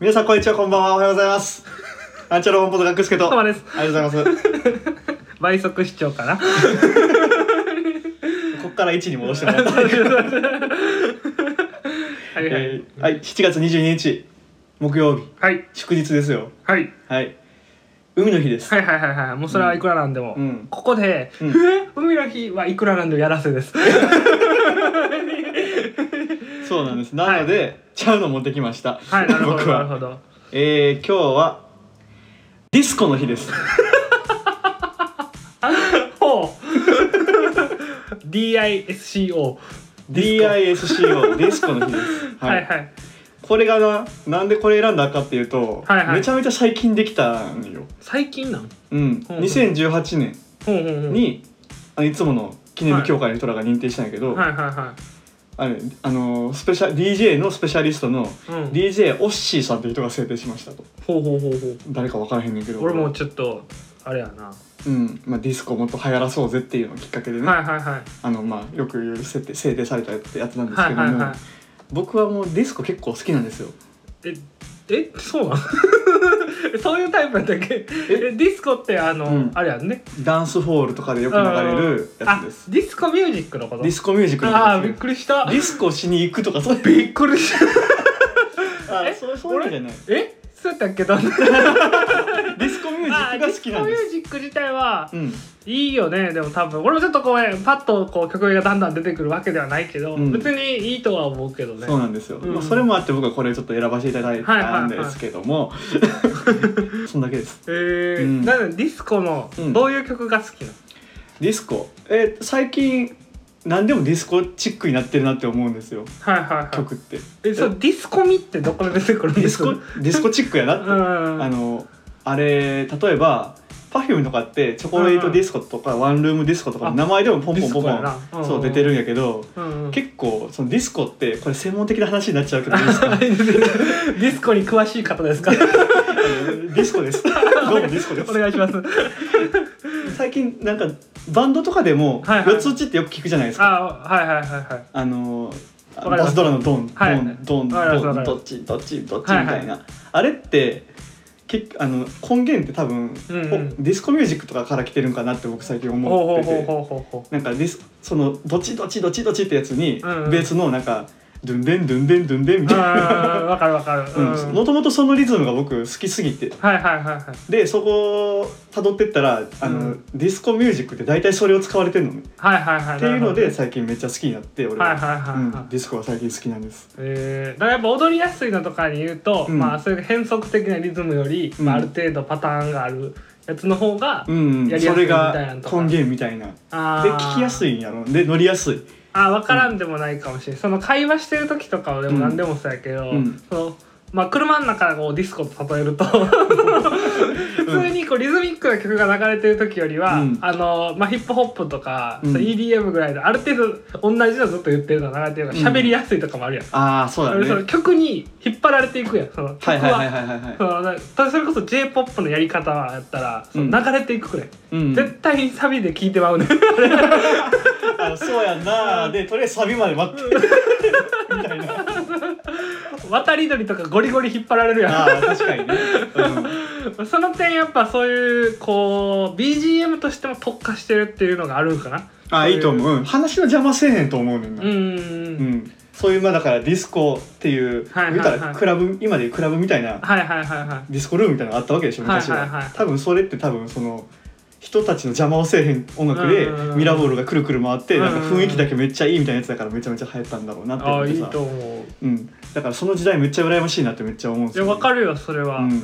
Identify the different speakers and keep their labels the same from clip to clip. Speaker 1: 皆さんこんにちはこんばんはおはようございますアンチャロ本舗の学助と
Speaker 2: たま
Speaker 1: あ
Speaker 2: です
Speaker 1: りがとうございます
Speaker 2: 倍速視聴かな
Speaker 1: ここから1に戻してもらって、
Speaker 2: はいはい、
Speaker 1: えーはい7月22日木曜日
Speaker 2: はい
Speaker 1: 祝日ですよ
Speaker 2: はい
Speaker 1: はい海の日です、
Speaker 2: はいはいはいはいもうそれはいくらなんでも、
Speaker 1: うん
Speaker 2: ここで、
Speaker 1: うん
Speaker 2: 海の日はいくらなんでもやらせです
Speaker 1: そうなんですなので、ちゃうの持ってきました
Speaker 2: はいなるほど
Speaker 1: 僕
Speaker 2: なる
Speaker 1: は、
Speaker 2: ほど
Speaker 1: えー、今日はディスコの日です
Speaker 2: ほう DISCO
Speaker 1: DISCO ディスコの日です
Speaker 2: はいはいはい
Speaker 1: これがななんでこれ選んだかっていうと、
Speaker 2: はいはい
Speaker 1: めちゃめちゃ最近できたんよ、
Speaker 2: 最近なん
Speaker 1: うん、
Speaker 2: うん
Speaker 1: 2018年
Speaker 2: ほうほうほう
Speaker 1: に、あのいつもの記念日協会の人らが認定したんやけど、
Speaker 2: はいはいは
Speaker 1: あれあのスペシャ DJ のスペシャリストの
Speaker 2: い、うん、
Speaker 1: DJ オッシーさんって人が制定しましたと
Speaker 2: ほうほうほうほう
Speaker 1: 誰か分からへんねんけど
Speaker 2: 俺も、ちょっとあれやな、
Speaker 1: うんまあ、ディスコをもっと流行らそうぜっていうのをきっかけでね、
Speaker 2: はいはいはい
Speaker 1: あのまあ、よく言う設定制定されたやつなんですけども、
Speaker 2: はいはいはい
Speaker 1: 僕はもうディスコ結構好きなんですよ
Speaker 2: ええそうなん そういうタイプやったっけえディスコってあの、
Speaker 1: うん
Speaker 2: あれやんね
Speaker 1: ダンスホールとかでよく流れるや
Speaker 2: あ
Speaker 1: つです
Speaker 2: ディスコミュージックのこと
Speaker 1: ディスコミュージックのこと
Speaker 2: ああ
Speaker 1: です
Speaker 2: び
Speaker 1: ね
Speaker 2: っくりした
Speaker 1: ディスコしに行くとかそういう
Speaker 2: びっくりした
Speaker 1: あ
Speaker 2: え
Speaker 1: そうそういうのじゃない
Speaker 2: えそうやったっけどんな
Speaker 1: ディスコミュージック
Speaker 2: あ
Speaker 1: が
Speaker 2: ディ
Speaker 1: 好
Speaker 2: ス
Speaker 1: き
Speaker 2: コミ
Speaker 1: なん
Speaker 2: ュ
Speaker 1: です
Speaker 2: ージック自体は
Speaker 1: うん
Speaker 2: いいよねでも多分俺もちょっとこうねパッとこう曲がだんだん出てくるわけではないけど、
Speaker 1: うん
Speaker 2: 別にいいとは思うけどね
Speaker 1: そうなんですよ、
Speaker 2: うん
Speaker 1: まあ、それもあって僕はこれちょっと選ばせていただいたんですけども、そんだけです
Speaker 2: えー
Speaker 1: うん
Speaker 2: なんでディスコの
Speaker 1: うん
Speaker 2: どういう曲が好きなの、
Speaker 1: ディスコえー最近何でもディスコチックになってるなって思うんですよ
Speaker 2: はいはいはい
Speaker 1: 曲って
Speaker 2: えそうディスコミってどこで出てくるん
Speaker 1: ディ
Speaker 2: で
Speaker 1: ス
Speaker 2: す
Speaker 1: コ
Speaker 2: か
Speaker 1: ディスコチックやなって、
Speaker 2: うん
Speaker 1: あのあれ例えば Perfume とかってチョコレートディスコとかワンルームディスコとかの名前でもポンポンポンポ
Speaker 2: ディスコや
Speaker 1: ン
Speaker 2: な
Speaker 1: そう出てるんやけど
Speaker 2: うんうん
Speaker 1: 結構そのディスコってこれ専門的な話になっちゃうけどいいですか
Speaker 2: ディスコに詳しい方 ですか
Speaker 1: あのディスコです どうもディスコで
Speaker 2: お
Speaker 1: す
Speaker 2: 願いします
Speaker 1: 最近なんかバンドとかでも
Speaker 2: はいはい
Speaker 1: 四つ打ちってよく聞くじゃないですか、
Speaker 2: あはいはいはいはい
Speaker 1: あの
Speaker 2: わかります
Speaker 1: バスドラのドン、
Speaker 2: はい
Speaker 1: ドンド
Speaker 2: わかりま
Speaker 1: ンドン
Speaker 2: すわかります
Speaker 1: どっちどっちどっちみたいな、あれって結あの根源って多分、
Speaker 2: うんうん
Speaker 1: ほディスコミュージックとかから来てるんかなって僕最近思
Speaker 2: ほ
Speaker 1: って
Speaker 2: うほうほ
Speaker 1: て
Speaker 2: うほうほうほう
Speaker 1: なんかディスそのどっちどっちどっちどっちってやつに、
Speaker 2: うんうん
Speaker 1: ベースのなんかドゥンデンドゥンデンドゥンデンみたいな
Speaker 2: あーわかるわかる、うん
Speaker 1: もともとそのリズムが僕好きすぎて
Speaker 2: はいはいはいはい
Speaker 1: でそこをたどってったらあの、
Speaker 2: うん
Speaker 1: ディスコミュージックって大体それを使われてるのね
Speaker 2: はいはいはい
Speaker 1: っていうの
Speaker 2: は
Speaker 1: で
Speaker 2: い
Speaker 1: 最近めっちゃ好きになって俺
Speaker 2: はいはい
Speaker 1: は、
Speaker 2: は
Speaker 1: うん
Speaker 2: い、
Speaker 1: ディスコが最近好きなんです
Speaker 2: えーだからやっぱ踊りやすいのとかに言うと、
Speaker 1: うん
Speaker 2: まあそういう変則的なリズムより、
Speaker 1: うん
Speaker 2: まあ、ある程度パターンがあるやつの方が、
Speaker 1: うん
Speaker 2: やり
Speaker 1: そ
Speaker 2: やすい
Speaker 1: れ
Speaker 2: みたいな
Speaker 1: が
Speaker 2: のとか
Speaker 1: 根源みたいなで
Speaker 2: あー
Speaker 1: 聞きやすいんやろで乗りやすい
Speaker 2: あ分からんでもないかもしれない、その会話してる時とかはでも何でもそうやけど、
Speaker 1: うん
Speaker 2: そのまあ、車の中をディスコと例えると普通にこうリズミックな曲が流れてる時よりは、
Speaker 1: うん
Speaker 2: あのまあ、ヒップホップとか、
Speaker 1: うん
Speaker 2: そう EDM ぐらいである程度同じのずっと言ってるのが流れてるから
Speaker 1: うん
Speaker 2: 喋りやすいとかもあるやん、
Speaker 1: ああそうだ
Speaker 2: 俺その
Speaker 1: ね
Speaker 2: 曲に引っ張られていくやんその曲
Speaker 1: は
Speaker 2: は,、
Speaker 1: いはいはいはいはいはい
Speaker 2: そのだからそれこそ j p o p のやり方はやったらその流れていくくらい、
Speaker 1: うん
Speaker 2: 絶対にサビで聴いてまうね ん
Speaker 1: あそうやんなーでとりあえずサビまで待ってみたいな
Speaker 2: 渡り鳥とかゴリゴリ引っ張られるやん
Speaker 1: あー確かにね、
Speaker 2: その点やっぱそういうこう BGM としても特化してるっていうのがあるんかな
Speaker 1: ああいいと思う、うん、話の邪魔せえへんと思うねんな
Speaker 2: うーん
Speaker 1: うんん、そういうまあだからディスコっていう、
Speaker 2: はいはいはい
Speaker 1: 言ったらクラブ今でいうクラブみたいな
Speaker 2: はいはいはいはい
Speaker 1: ディスコルームみたいなのがあったわけでしょ昔は,、
Speaker 2: はいはいはい
Speaker 1: 多分それって多分その人たちの邪魔をせえへん音楽で
Speaker 2: うんうんうん
Speaker 1: ミラーボールがくるくる回って
Speaker 2: うんう
Speaker 1: なんんか雰囲気だけめっちゃいいみたいなやつだからめちゃめちゃ流行ったんだろうなって
Speaker 2: あ
Speaker 1: 思っ
Speaker 2: あ
Speaker 1: て
Speaker 2: い
Speaker 1: さ
Speaker 2: いと思う
Speaker 1: うん、だからその時代めっちゃ羨ましいなってめっちゃ思うんで
Speaker 2: い
Speaker 1: す
Speaker 2: や
Speaker 1: よ、
Speaker 2: わか
Speaker 1: る
Speaker 2: るよそれは、
Speaker 1: うん、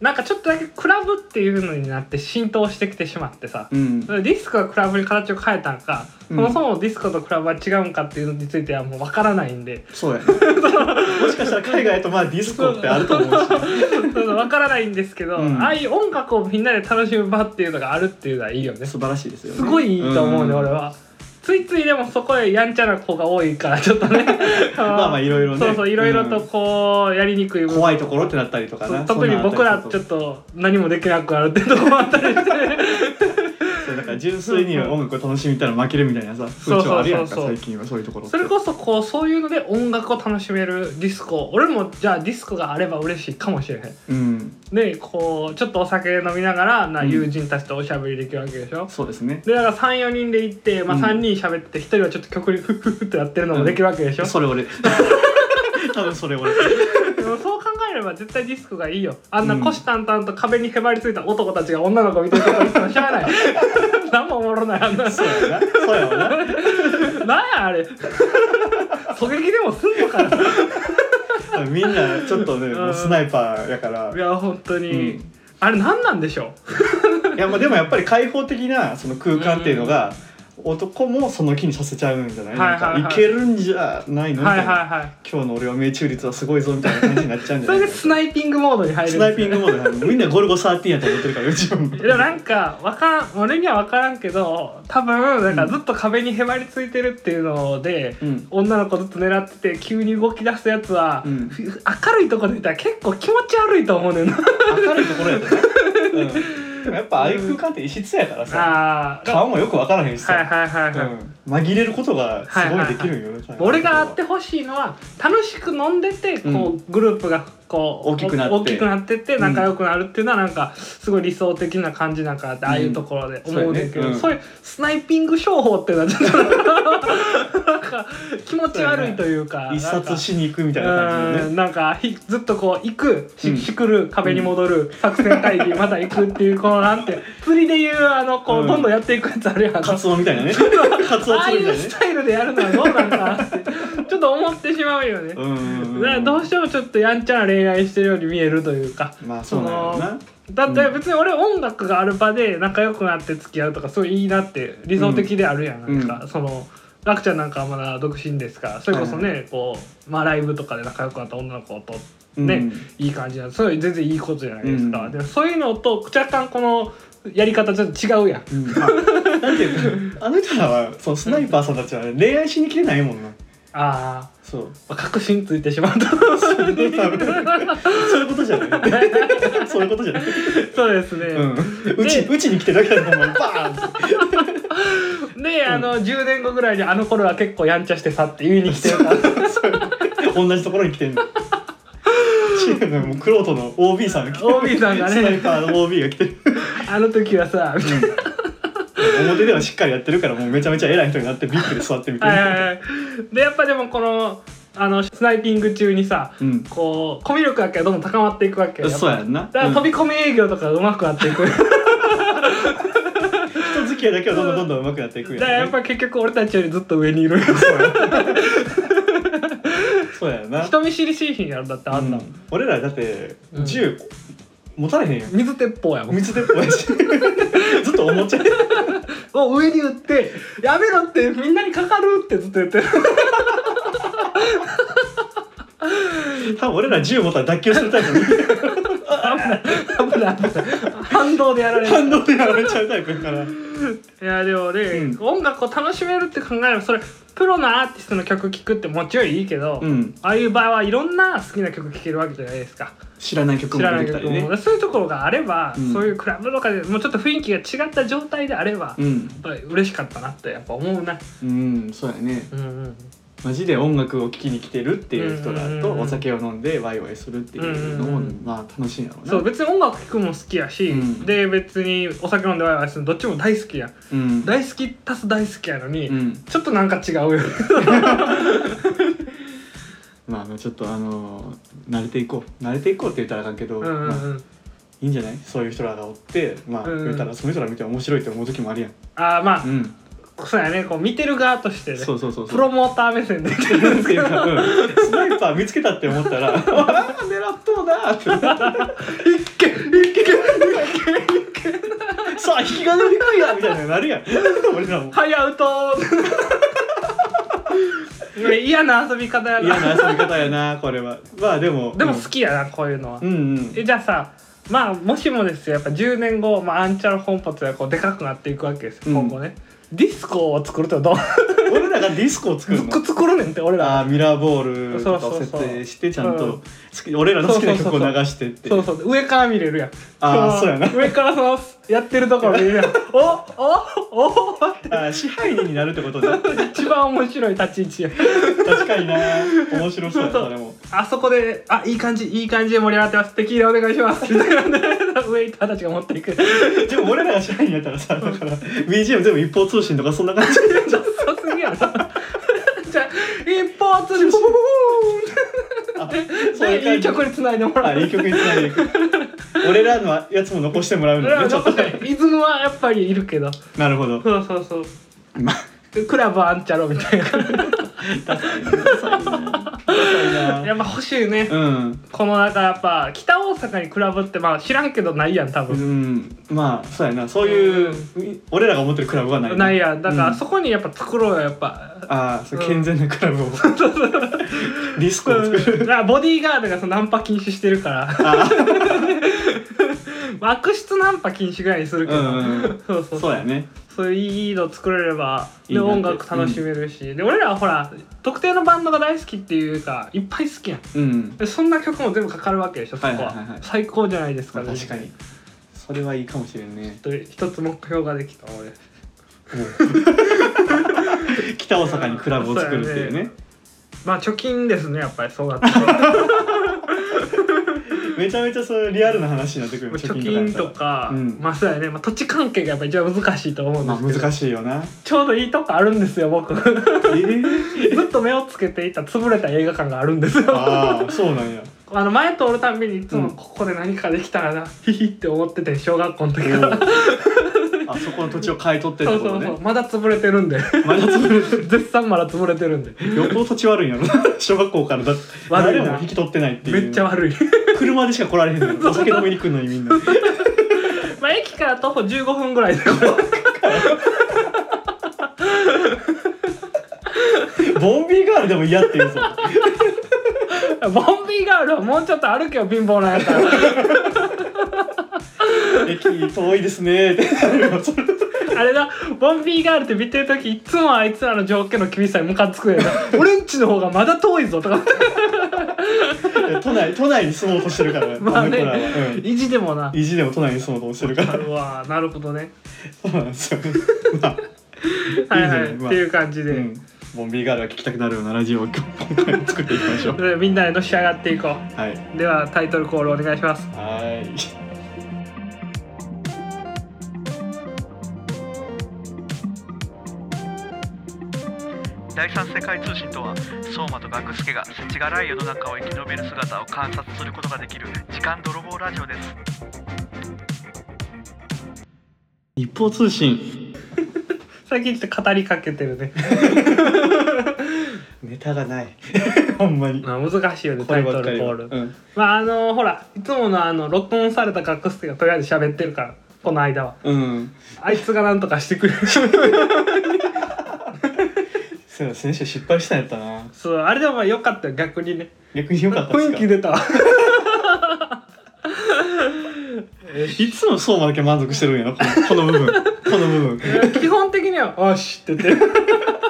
Speaker 2: なんかちょっとだけクラブっていうのになって浸透してきてしまってさ
Speaker 1: うん、
Speaker 2: ディスコがクラブに形を変えたんか、
Speaker 1: うん
Speaker 2: そもそもディスコとクラブは違うんかっていうのについてはもうわからないんで
Speaker 1: そうやねもしかしたら海外やとまあディスコってあると思 うし
Speaker 2: わからないんですけど、
Speaker 1: うん
Speaker 2: ああいう音楽をみんなで楽しむ場っていうのがあるっていうのはいいよね
Speaker 1: 素晴らしいですよね
Speaker 2: すごいいいと思うね、
Speaker 1: ん
Speaker 2: 俺は。ついついでもそこへやんちゃな子が多いからちょっと ね
Speaker 1: まあまあいろいろね
Speaker 2: そうそういろいろと
Speaker 1: うん
Speaker 2: こうやりにくい部分
Speaker 1: 怖いところってなったりとか
Speaker 2: そう
Speaker 1: な
Speaker 2: 特に僕らちょっと何もできなくなるってとこもあったりして
Speaker 1: そうだか純粋に音楽を楽しみたら負けるみたいなさ風潮あるやんか
Speaker 2: そうそうそうそ
Speaker 1: 最
Speaker 2: う
Speaker 1: 近はそういうところって
Speaker 2: それこそこうそういうので音楽を楽しめるディスコ俺もじゃあディスコがあれば嬉しいかもしれへ
Speaker 1: う
Speaker 2: ん
Speaker 1: ん
Speaker 2: でこうちょっとお酒飲みながらな
Speaker 1: うん
Speaker 2: 友人たちとおしゃべりできるわけでしょ、
Speaker 1: そうですね
Speaker 2: でだから34人で行って、まあ、
Speaker 1: うん
Speaker 2: 3人喋って1人はちょっと曲にフッフッフッとやってるのもできるわけでしょ、
Speaker 1: それ俺 多分それ俺
Speaker 2: でもそう考えれば絶対ディスクがいいよあんな虎視眈々と壁にへばりついた男たちが女の子見てるとこ行ってもしゃ あない何もおもろないあんな
Speaker 1: そうやなそうやわな
Speaker 2: なんやあれ狙撃でもすんのかな
Speaker 1: みんなちょっとね
Speaker 2: うん
Speaker 1: もうスナイパーやから
Speaker 2: いや本当に、
Speaker 1: うん
Speaker 2: あれ何なんでしょ
Speaker 1: いやまあでもやっぱり開放的なその空間っていうのが男もその気にさせちゃうんじゃないなん
Speaker 2: はいはい
Speaker 1: か
Speaker 2: はい
Speaker 1: いけるんじゃないの
Speaker 2: う
Speaker 1: みた
Speaker 2: はいいはい
Speaker 1: な
Speaker 2: は
Speaker 1: 今日の俺は命中率はすごいぞみたいな感じになっちゃうん
Speaker 2: い
Speaker 1: じ
Speaker 2: そ
Speaker 1: ゃ
Speaker 2: れ
Speaker 1: な
Speaker 2: で
Speaker 1: い
Speaker 2: スナイピングモードに入る
Speaker 1: ス
Speaker 2: んで
Speaker 1: ナ
Speaker 2: す
Speaker 1: イピングモードだねみんなゴルゴ13やと思ってるからうちも
Speaker 2: でもなんかわかん俺には分からんけど多分なんかずっと壁にへばりついてるっていうので、
Speaker 1: うん
Speaker 2: 女の子ずっと狙ってて急に動き出すやつは、
Speaker 1: うん
Speaker 2: ふ明るいとこでいたら結構気持ち悪いと思うねんな
Speaker 1: 明るいところやったね、うん、でもやっぱああいう空間って異質やからさ
Speaker 2: あー
Speaker 1: 顔もよくわからへんしさ、
Speaker 2: はいはいはいはい、
Speaker 1: うん、紛れることがすごいできるんよ、ね
Speaker 2: 俺があってほしいのは楽しく飲んでてこう、
Speaker 1: う
Speaker 2: グループがこう
Speaker 1: 大きくなって
Speaker 2: 大きくなってって仲良くなるっていうのはなんかすごい理想的な感じなんかなって、ああいうところで思うんだけ
Speaker 1: そう
Speaker 2: ど、
Speaker 1: やねうん
Speaker 2: そういうスナイピング商法っていうのはちょっとなんか気持ち悪いというか。
Speaker 1: 一
Speaker 2: なんか
Speaker 1: 冊しに行くみたいな感じで
Speaker 2: う
Speaker 1: ね
Speaker 2: んなんかひずっとこう行くし,、
Speaker 1: うん
Speaker 2: しくる壁に戻る、作戦会議また行くっていうこのなんて釣りでいうあのこう、
Speaker 1: うん
Speaker 2: どんどんやっていくやつあるやん
Speaker 1: カツオみたいなねカツオ
Speaker 2: ああ
Speaker 1: 釣
Speaker 2: い
Speaker 1: りみたいな
Speaker 2: うス
Speaker 1: ね
Speaker 2: タイルでやるのはどうなんかなってちょっと思ってしまうよね、
Speaker 1: うんうんうん
Speaker 2: だからどうしてもちょっとやんちゃな恋愛してるように見えるというか
Speaker 1: まあそうなんやろな
Speaker 2: だって別に俺音楽がある場で仲良くなって付き合うとかそういいなって理想的であるやん、
Speaker 1: うん
Speaker 2: なんか、その楽ちゃんなんかはまだ独身ですからそれこそね、こうまあライブとかで仲良くなった女の子とね、
Speaker 1: うん
Speaker 2: いい感じなんでそれ全然いいことじゃないですか、
Speaker 1: うん
Speaker 2: でもそういうのと若干このやり方ちょっと違うやん
Speaker 1: うんまあなんていうかあの人らはそのスナイパーさんたちはね恋愛しに来てないもんな
Speaker 2: あ
Speaker 1: そう
Speaker 2: ーまあ確信ついてしまうと
Speaker 1: そう いうことじゃない そういうことじゃ ない
Speaker 2: そうですね、
Speaker 1: うんうちうちに来てるだけだもんバーンって
Speaker 2: であの、10年後ぐらいにあの頃は結構やんちゃしてさって言いに来てるから
Speaker 1: 同じところに来てんの。違うのもうクロートの OB さんが来て
Speaker 2: OB さんがね
Speaker 1: スナイパーの OB が来てる、
Speaker 2: あの時はさみたい
Speaker 1: 表ではしっかりやってるからもうめちゃめちゃ偉い人になってビッグで座ってみて
Speaker 2: なはいはいはいでやっぱでもこのあのスナイピング中にさ
Speaker 1: うん
Speaker 2: こうコミュ力だけがどんどん高まっていくわけよ
Speaker 1: そうやんな
Speaker 2: だから
Speaker 1: うん
Speaker 2: 飛び込み営業とかうまくなっていくだか
Speaker 1: 人付き合いだけはどんどんどんどん上手くなっていくん
Speaker 2: らやっぱ結局俺たちよりずっと上にいる
Speaker 1: そうやんな
Speaker 2: 人見知りしいひんやろだってあんな、、
Speaker 1: うんん俺らだって
Speaker 2: うん
Speaker 1: 銃持たれへんやん
Speaker 2: 水鉄砲やもん
Speaker 1: 水鉄砲やしずっとおもちゃや
Speaker 2: を上に打って「やめろ」ってみんなにかかるってずっと言ってる
Speaker 1: 多分俺ら銃持ったら脱臼するタイプの
Speaker 2: 危ない危ない反動でやられる
Speaker 1: 反動でやられちゃうタイプやから
Speaker 2: いやでもね、
Speaker 1: うん
Speaker 2: 音楽を楽しめるって考えればそれプロのアーティストの曲聴くってもちろんいいけど、
Speaker 1: うん
Speaker 2: ああいう場合はいろんな好きな曲聴けるわけじゃないですか
Speaker 1: 知らない曲
Speaker 2: 知
Speaker 1: も
Speaker 2: らな
Speaker 1: 出
Speaker 2: い
Speaker 1: てきた
Speaker 2: 曲
Speaker 1: り
Speaker 2: も、
Speaker 1: ね
Speaker 2: そういうところがあれば、
Speaker 1: うん
Speaker 2: そういうクラブとかでもうちょっと雰囲気が違った状態であれば、
Speaker 1: う
Speaker 2: やっ
Speaker 1: ん
Speaker 2: ぱり嬉しかったなってやっぱ思うな
Speaker 1: うんそうやね
Speaker 2: うんうん
Speaker 1: マジで音楽を聴きに来てるっていう人ら
Speaker 2: うんうんう
Speaker 1: と
Speaker 2: ん
Speaker 1: お酒を飲んでワイワイするっていうのも
Speaker 2: うんうんうん
Speaker 1: まあ楽しいんやろうな
Speaker 2: そう別に音楽聴くのも好きやし、
Speaker 1: うん
Speaker 2: で別にお酒飲んでワイワイするのどっちも大好きや
Speaker 1: うん
Speaker 2: 大好き足す大好きやのに、
Speaker 1: うん
Speaker 2: ちょっとなんか違うよ
Speaker 1: まああのちょっとあの慣れていこう慣れてい こうって言ったらあかんけど
Speaker 2: うんうん、う
Speaker 1: まあ
Speaker 2: ん
Speaker 1: いいんじゃないそういう人らがおってまあ
Speaker 2: うんうん
Speaker 1: 言ったらその人ら見て面白いって思う時もあるやん
Speaker 2: ああまあ、
Speaker 1: うん
Speaker 2: そうやねこう見てる側としてね
Speaker 1: そうそうそうそう
Speaker 2: プロモーター目線で
Speaker 1: っていう かうん スナイパー見つけたって思 ったら「あ あ狙っとうな」って
Speaker 2: 一軒一軒
Speaker 1: さあ引き金を引くやみたいなのなるやん 俺らも
Speaker 2: はいアウトいや嫌な遊び方や
Speaker 1: 嫌
Speaker 2: な
Speaker 1: な遊び方やなこれはまあでも
Speaker 2: でも好きやなこういうのは、
Speaker 1: うんうん
Speaker 2: えじゃあさまあもしもですよやっぱ10年後、まあ、アンチャル本発がこうでかくなっていくわけですよ
Speaker 1: うん
Speaker 2: 今後ね、ディスコを作るってどう
Speaker 1: 俺らがディスコを作るの
Speaker 2: 作るねんって俺ら
Speaker 1: あーミラーボールとか
Speaker 2: そう
Speaker 1: を
Speaker 2: そう
Speaker 1: 設
Speaker 2: そう
Speaker 1: 定してちゃん
Speaker 2: うん
Speaker 1: と好き俺らの好きな曲を
Speaker 2: そうそうそう
Speaker 1: 流
Speaker 2: そう
Speaker 1: してって
Speaker 2: そうそう上から見れるやん
Speaker 1: あーそうやな
Speaker 2: 上からそのやってるところ見るやんおおおお
Speaker 1: あ支配人になるってことで
Speaker 2: 一番面白い立ち位置や
Speaker 1: 確かにな面白そうやそれも
Speaker 2: あそこで「あいい感じいい感じで盛り上がってます」「テキーラお願いし ます」みたいなでウェイターたちが持っていく
Speaker 1: でも俺らが支配人やったらさだから BGM 全部一方通信とかそんな 感じ
Speaker 2: ちょっとすぎ やろじゃあ一方 通信ポポポ
Speaker 1: あ
Speaker 2: ポーンでいい曲につないでもら
Speaker 1: あ
Speaker 2: う
Speaker 1: いい曲につないでいく俺らのやつも残してもらう
Speaker 2: そ
Speaker 1: の
Speaker 2: れは
Speaker 1: ねちょっと
Speaker 2: 残ってイズムはやっぱりいるけど
Speaker 1: なるほど
Speaker 2: そうそうそう
Speaker 1: ま
Speaker 2: クラブあんちゃろみたいな
Speaker 1: あ
Speaker 2: やっぱ欲し いね
Speaker 1: うん
Speaker 2: この中やっぱ北大阪にクラブってまあ知らんけどないやん多
Speaker 1: う
Speaker 2: 分、
Speaker 1: ん、まあそうやなそういう、俺らが思ってるクラブはない
Speaker 2: ないやんだから
Speaker 1: うん
Speaker 2: そこにやっぱ作ろうよやっぱ
Speaker 1: ああそう
Speaker 2: うん
Speaker 1: 健全なクラブを、 ディスコを作る
Speaker 2: だからボディーガードがそのナンパ禁止してるから
Speaker 1: あ
Speaker 2: 悪質ナンパ禁止ぐらいにするけど、
Speaker 1: うんうんうん
Speaker 2: そうそう
Speaker 1: あ
Speaker 2: そ
Speaker 1: そううやね
Speaker 2: そういういいの作れれば
Speaker 1: いい
Speaker 2: で
Speaker 1: なって
Speaker 2: 音楽楽しめるし、で俺らはほら特定のバンドが大好きっていうかいっぱい好きやん
Speaker 1: うん
Speaker 2: でそんな曲も全部かかるわけでしょそこ
Speaker 1: はい
Speaker 2: は,、
Speaker 1: はいはいはい
Speaker 2: 最高じゃないですか、
Speaker 1: まあ確かにそれはいいかもしれんね
Speaker 2: ちょっと一つ目標ができた俺
Speaker 1: 北大阪にクラブを作るっていうね
Speaker 2: まあ貯金ですねやっぱりそうだ ったら
Speaker 1: めちゃめちゃそういうリアルな話になってくる
Speaker 2: 貯金とか、
Speaker 1: うん
Speaker 2: まあそうやね、まあ、土地関係がやっぱ一番難しいと思うん
Speaker 1: ま
Speaker 2: で
Speaker 1: あ
Speaker 2: すけど、
Speaker 1: 難しいよな
Speaker 2: ちょうどいいとこあるんですよ僕ず
Speaker 1: えー
Speaker 2: っと目をつけていた潰れた映画館があるんですよ
Speaker 1: ああそうなんや
Speaker 2: あの前通るたんびにいつも
Speaker 1: うん
Speaker 2: ここで何かできたらな、ヒヒって思ってて小学校の時から、
Speaker 1: おーあそこの土地を買い取ってっ
Speaker 2: そ
Speaker 1: て
Speaker 2: う
Speaker 1: こ
Speaker 2: そ
Speaker 1: と
Speaker 2: う
Speaker 1: ね
Speaker 2: そうまだ潰れてる んで
Speaker 1: まだ潰れてる
Speaker 2: 絶賛まだ潰れてるんで
Speaker 1: よっぽど土地悪いんやろな小学校からだって
Speaker 2: 悪い
Speaker 1: 誰
Speaker 2: な
Speaker 1: も引き取ってないっていう
Speaker 2: めっちゃ悪い
Speaker 1: 車でしか来られへんのよお酒飲みに来るのにみんな
Speaker 2: まあ駅から徒歩15分ぐらいで
Speaker 1: ボンビーガールでも嫌って言うぞ
Speaker 2: ボンビーガールはもうちょっと歩けよ貧乏なんやから
Speaker 1: 駅遠いですね ってなるよそれ
Speaker 2: あれだ、ボンビーガールって見てるとき、いつもあいつらの条件の厳しさにムカつくよな。俺んちの方がまだ遠い ぞとか、
Speaker 1: 都内都内に住もうとしてるからね
Speaker 2: まあね
Speaker 1: あの子らは、うん
Speaker 2: 意地でもな。
Speaker 1: 意地でも都内に住もうとしてる から
Speaker 2: うわなるほどね。
Speaker 1: そうなんですよねまあ
Speaker 2: はいはい
Speaker 1: いいね
Speaker 2: っ
Speaker 1: まあ
Speaker 2: ていう感じで、
Speaker 1: うんボンビーガールが聞きたくなるようなラジオを今 回作っていきましょう
Speaker 2: でみんなでのし上がっていこ。
Speaker 1: はいう
Speaker 2: ではタイトルコールお願いします。
Speaker 1: はい
Speaker 3: 第三世界通信とは相馬と学助が世知辛い世の中を生き延びる姿を観察することができる時間泥棒ラジオです
Speaker 1: 一方通信
Speaker 2: 最近ちょっと語りかけてるね。
Speaker 1: ネタがない ほんまに
Speaker 2: まあ難しいよねタイトルコー
Speaker 1: は
Speaker 2: ル。
Speaker 1: うん
Speaker 2: まああのほらいつものあの録音された格好がとりあえず喋ってるからこの間は。
Speaker 1: うん
Speaker 2: あいつがなんとかしてくれる。
Speaker 1: そうや先週失敗したんやったな
Speaker 2: そうあれでもまあ良かったよ逆にね。
Speaker 1: 逆に良かったです
Speaker 2: 雰囲
Speaker 1: か
Speaker 2: 気出た。
Speaker 1: いつもそうまだけ満足してるんやなこのこの部分この部分
Speaker 2: 基本的には「おし」って言って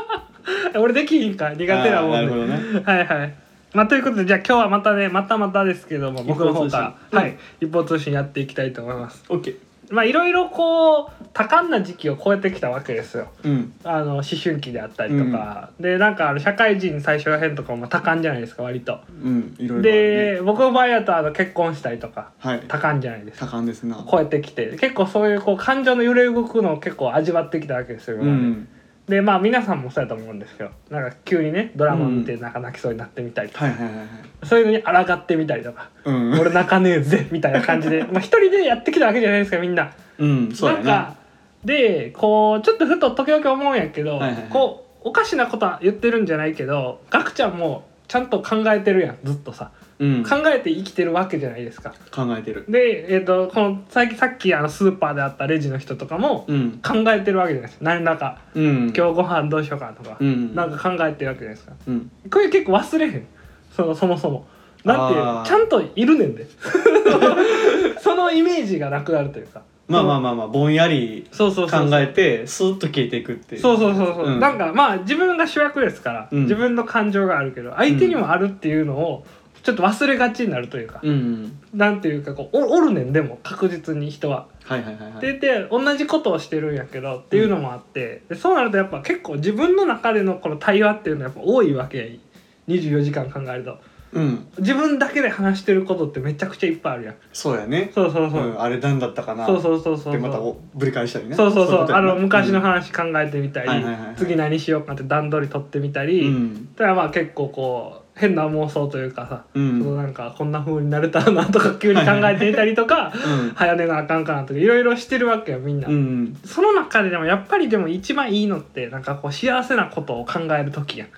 Speaker 2: 俺できひんか苦手なも
Speaker 1: あーなんる
Speaker 2: で、
Speaker 1: ほどね
Speaker 2: はいはいまあということでじゃあ今日はまたねまたまたですけども僕の方から、はい、一方通信やっていきたいと思います
Speaker 1: オッケー
Speaker 2: まあいろいろこう多感な時期を超えてきたわけですよ
Speaker 1: うん
Speaker 2: あの思春期であったりとか、でなんかあの社会人最初らへんとかも多感じゃないですか割と
Speaker 1: うんいろいろあるね
Speaker 2: で僕の場合だとあの結婚したりとか
Speaker 1: はい
Speaker 2: 多感じゃないですか
Speaker 1: 多感ですな
Speaker 2: 超えてきて結構そういうこう感情の揺れ動くのを結構味わってきたわけですよ、
Speaker 1: う
Speaker 2: 今まで
Speaker 1: ん
Speaker 2: でまあ皆さんもそうやと思うんですけどなんか急にねドラマ見て
Speaker 1: う
Speaker 2: なんか泣きそうになってみたりとか、
Speaker 1: はいはいはいはい
Speaker 2: そういうのに抗ってみたりとか
Speaker 1: うん
Speaker 2: 俺泣かねえぜみたいな感 じでまあ一人でやってきたわけじゃないですかみんな。
Speaker 1: うんそうや
Speaker 2: なん
Speaker 1: な
Speaker 2: かでこうちょっとふと時々思うんやけ
Speaker 1: は
Speaker 2: ど、
Speaker 1: いはいはい
Speaker 2: こうおかしなことは言ってるんじゃないけどガクちゃんもちゃんと考えてるやんずっとさ、
Speaker 1: うん
Speaker 2: 考
Speaker 1: 考
Speaker 2: えて生きてるわけじゃないですか。
Speaker 1: えてる
Speaker 2: で、えっとこの最近さっきあのスーパーであったレジの人とかも
Speaker 1: うん
Speaker 2: 考えてるわけじゃないですか何らか
Speaker 1: うん
Speaker 2: 今日ご飯どうしようかとか
Speaker 1: う、ん
Speaker 2: なんか考えてるわけじゃないですか
Speaker 1: うん
Speaker 2: これ結構忘れへんそのそもそもだ
Speaker 1: あー
Speaker 2: ってちゃんといるねんで そのイメージがなくなるというか
Speaker 1: まあまあまあまあぼんやり
Speaker 2: そうそう
Speaker 1: 考
Speaker 2: そう
Speaker 1: えてスーッと消えていくっていう
Speaker 2: そうそうそうそう、
Speaker 1: うん
Speaker 2: なんかまあ自分が主役ですから、
Speaker 1: うん
Speaker 2: 自分の感情があるけど相手にもあるっていうのをちょっと忘れがちになるというか、
Speaker 1: うんうん
Speaker 2: なんていうかこうおおるねんでも確実に人は。
Speaker 1: はいはいはいはい
Speaker 2: でで同じことをしてるんやけどっていうのもあって、でそうなるとやっぱ結構自分の中でのこの対話っていうのはやっぱ多いわけや24時間考えると
Speaker 1: うん
Speaker 2: 自分だけで話してることってめちゃくちゃいっぱいあるやん
Speaker 1: そうやね
Speaker 2: そうそう
Speaker 1: う
Speaker 2: そう、
Speaker 1: んあれ何だったかな
Speaker 2: そうそうそうそう
Speaker 1: でまたおぶり返したりね
Speaker 2: そうそうそう
Speaker 1: いことや
Speaker 2: あ
Speaker 1: な
Speaker 2: の昔の話考えてみたり、
Speaker 1: はいはいはいはい
Speaker 2: 次何しようかって段取り取ってみた
Speaker 1: う
Speaker 2: り、
Speaker 1: ん
Speaker 2: ただまあ結構こう変な妄想というかさ、
Speaker 1: うん
Speaker 2: そうの
Speaker 1: ん
Speaker 2: なんかこんな風になれたらなとか急に考えてみたりとか早寝なあかんかなとかいろいろしてるわけよみんな、
Speaker 1: うん
Speaker 2: その中ででもやっぱりでも一番いいのってなんかこう幸せなことを考える時やん、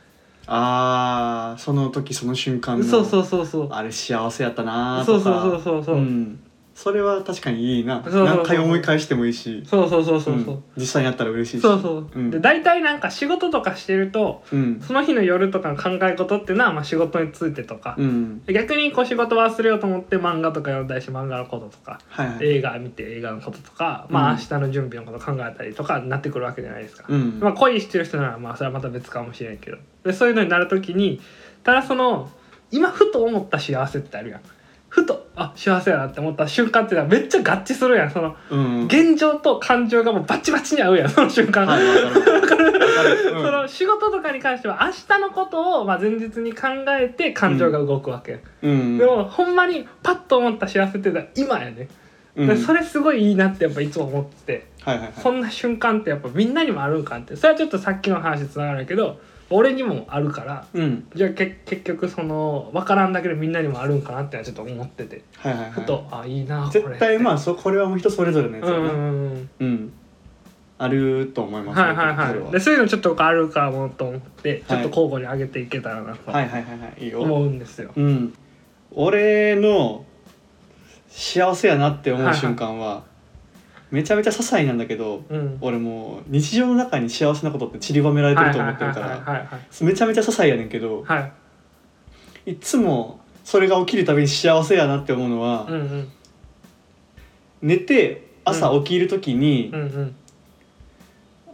Speaker 1: あーその時その瞬間の
Speaker 2: そうそうそうそう
Speaker 1: あれ幸せやったなー
Speaker 2: そう
Speaker 1: とか
Speaker 2: そうそうそう、
Speaker 1: うんそれは確かにいいな
Speaker 2: そうそうそう
Speaker 1: 何回思い返してもいいし
Speaker 2: そうそうそうそうそう、
Speaker 1: うん実際にやったら嬉しいし
Speaker 2: そうそう、
Speaker 1: うん
Speaker 2: で大体なんか仕事とかしてると
Speaker 1: うん
Speaker 2: その日の夜とかの考え事っていうのはまあ仕事についてとか、
Speaker 1: うん
Speaker 2: 逆にこう仕事忘れようと思って漫画とか読んだりして漫画のこととか
Speaker 1: はいはい
Speaker 2: 映画見て映画のこととか、
Speaker 1: う
Speaker 2: まあ、
Speaker 1: ん
Speaker 2: 明日の準備のこと考えたりとかになってくるわけじゃないですか、
Speaker 1: うん
Speaker 2: まあ、恋してる人ならまあそれはまた別かもしれんけどでそういうのになるときにただその今ふと思った幸せってあるやんふとあ幸せやなって思った瞬間っていうのはめっちゃ合致するやんその
Speaker 1: うん
Speaker 2: 現状と感情がもうバチバチに合うやんその瞬間、
Speaker 1: はいわか るわかる
Speaker 2: そ
Speaker 1: わか
Speaker 2: の仕事とかに関しては明日のことをまあ前日に考えて感情が動くわけ、
Speaker 1: るうん
Speaker 2: でもほんまにパッと思った幸せっていうのは今やね、
Speaker 1: うん
Speaker 2: でそれすごいいいなってやっぱいつも思ってて、
Speaker 1: はいはいは
Speaker 2: そんな瞬間ってやっぱみんなにもあるんかってそれはちょっとさっきの話につながるけど俺にもあるから
Speaker 1: いうん
Speaker 2: じゃあけ結局その分からんだけどみんなにもあるんかなってのはちょっと思ってて
Speaker 1: はいはい
Speaker 2: ふ
Speaker 1: は
Speaker 2: と、あいいなこ
Speaker 1: い
Speaker 2: れ
Speaker 1: 絶対ま
Speaker 2: あ
Speaker 1: あそうこれはもう人それぞれのやつ
Speaker 2: うん
Speaker 1: や
Speaker 2: う
Speaker 1: なん
Speaker 2: うん
Speaker 1: うんあると思います
Speaker 2: はいはい
Speaker 1: それ
Speaker 2: は
Speaker 1: はい
Speaker 2: でそういうのちょっとあるかもと思ってちょっと交互に上げていけたらなと
Speaker 1: はいはいはいはいいいよ
Speaker 2: 思うんですよ
Speaker 1: うん、俺の幸せやなって思う瞬間はめちゃめちゃ些細なんだけど
Speaker 2: うん
Speaker 1: 俺もう日常の中に幸せなことって散りばめられてると思ってるか
Speaker 2: はい
Speaker 1: ら
Speaker 2: はいはい
Speaker 1: めちゃめちゃ些細やねんけど
Speaker 2: はいはい
Speaker 1: いつもそれが起きるたびに幸せやなって思うのは
Speaker 2: うんうん
Speaker 1: 寝て朝起きる時に
Speaker 2: うんうん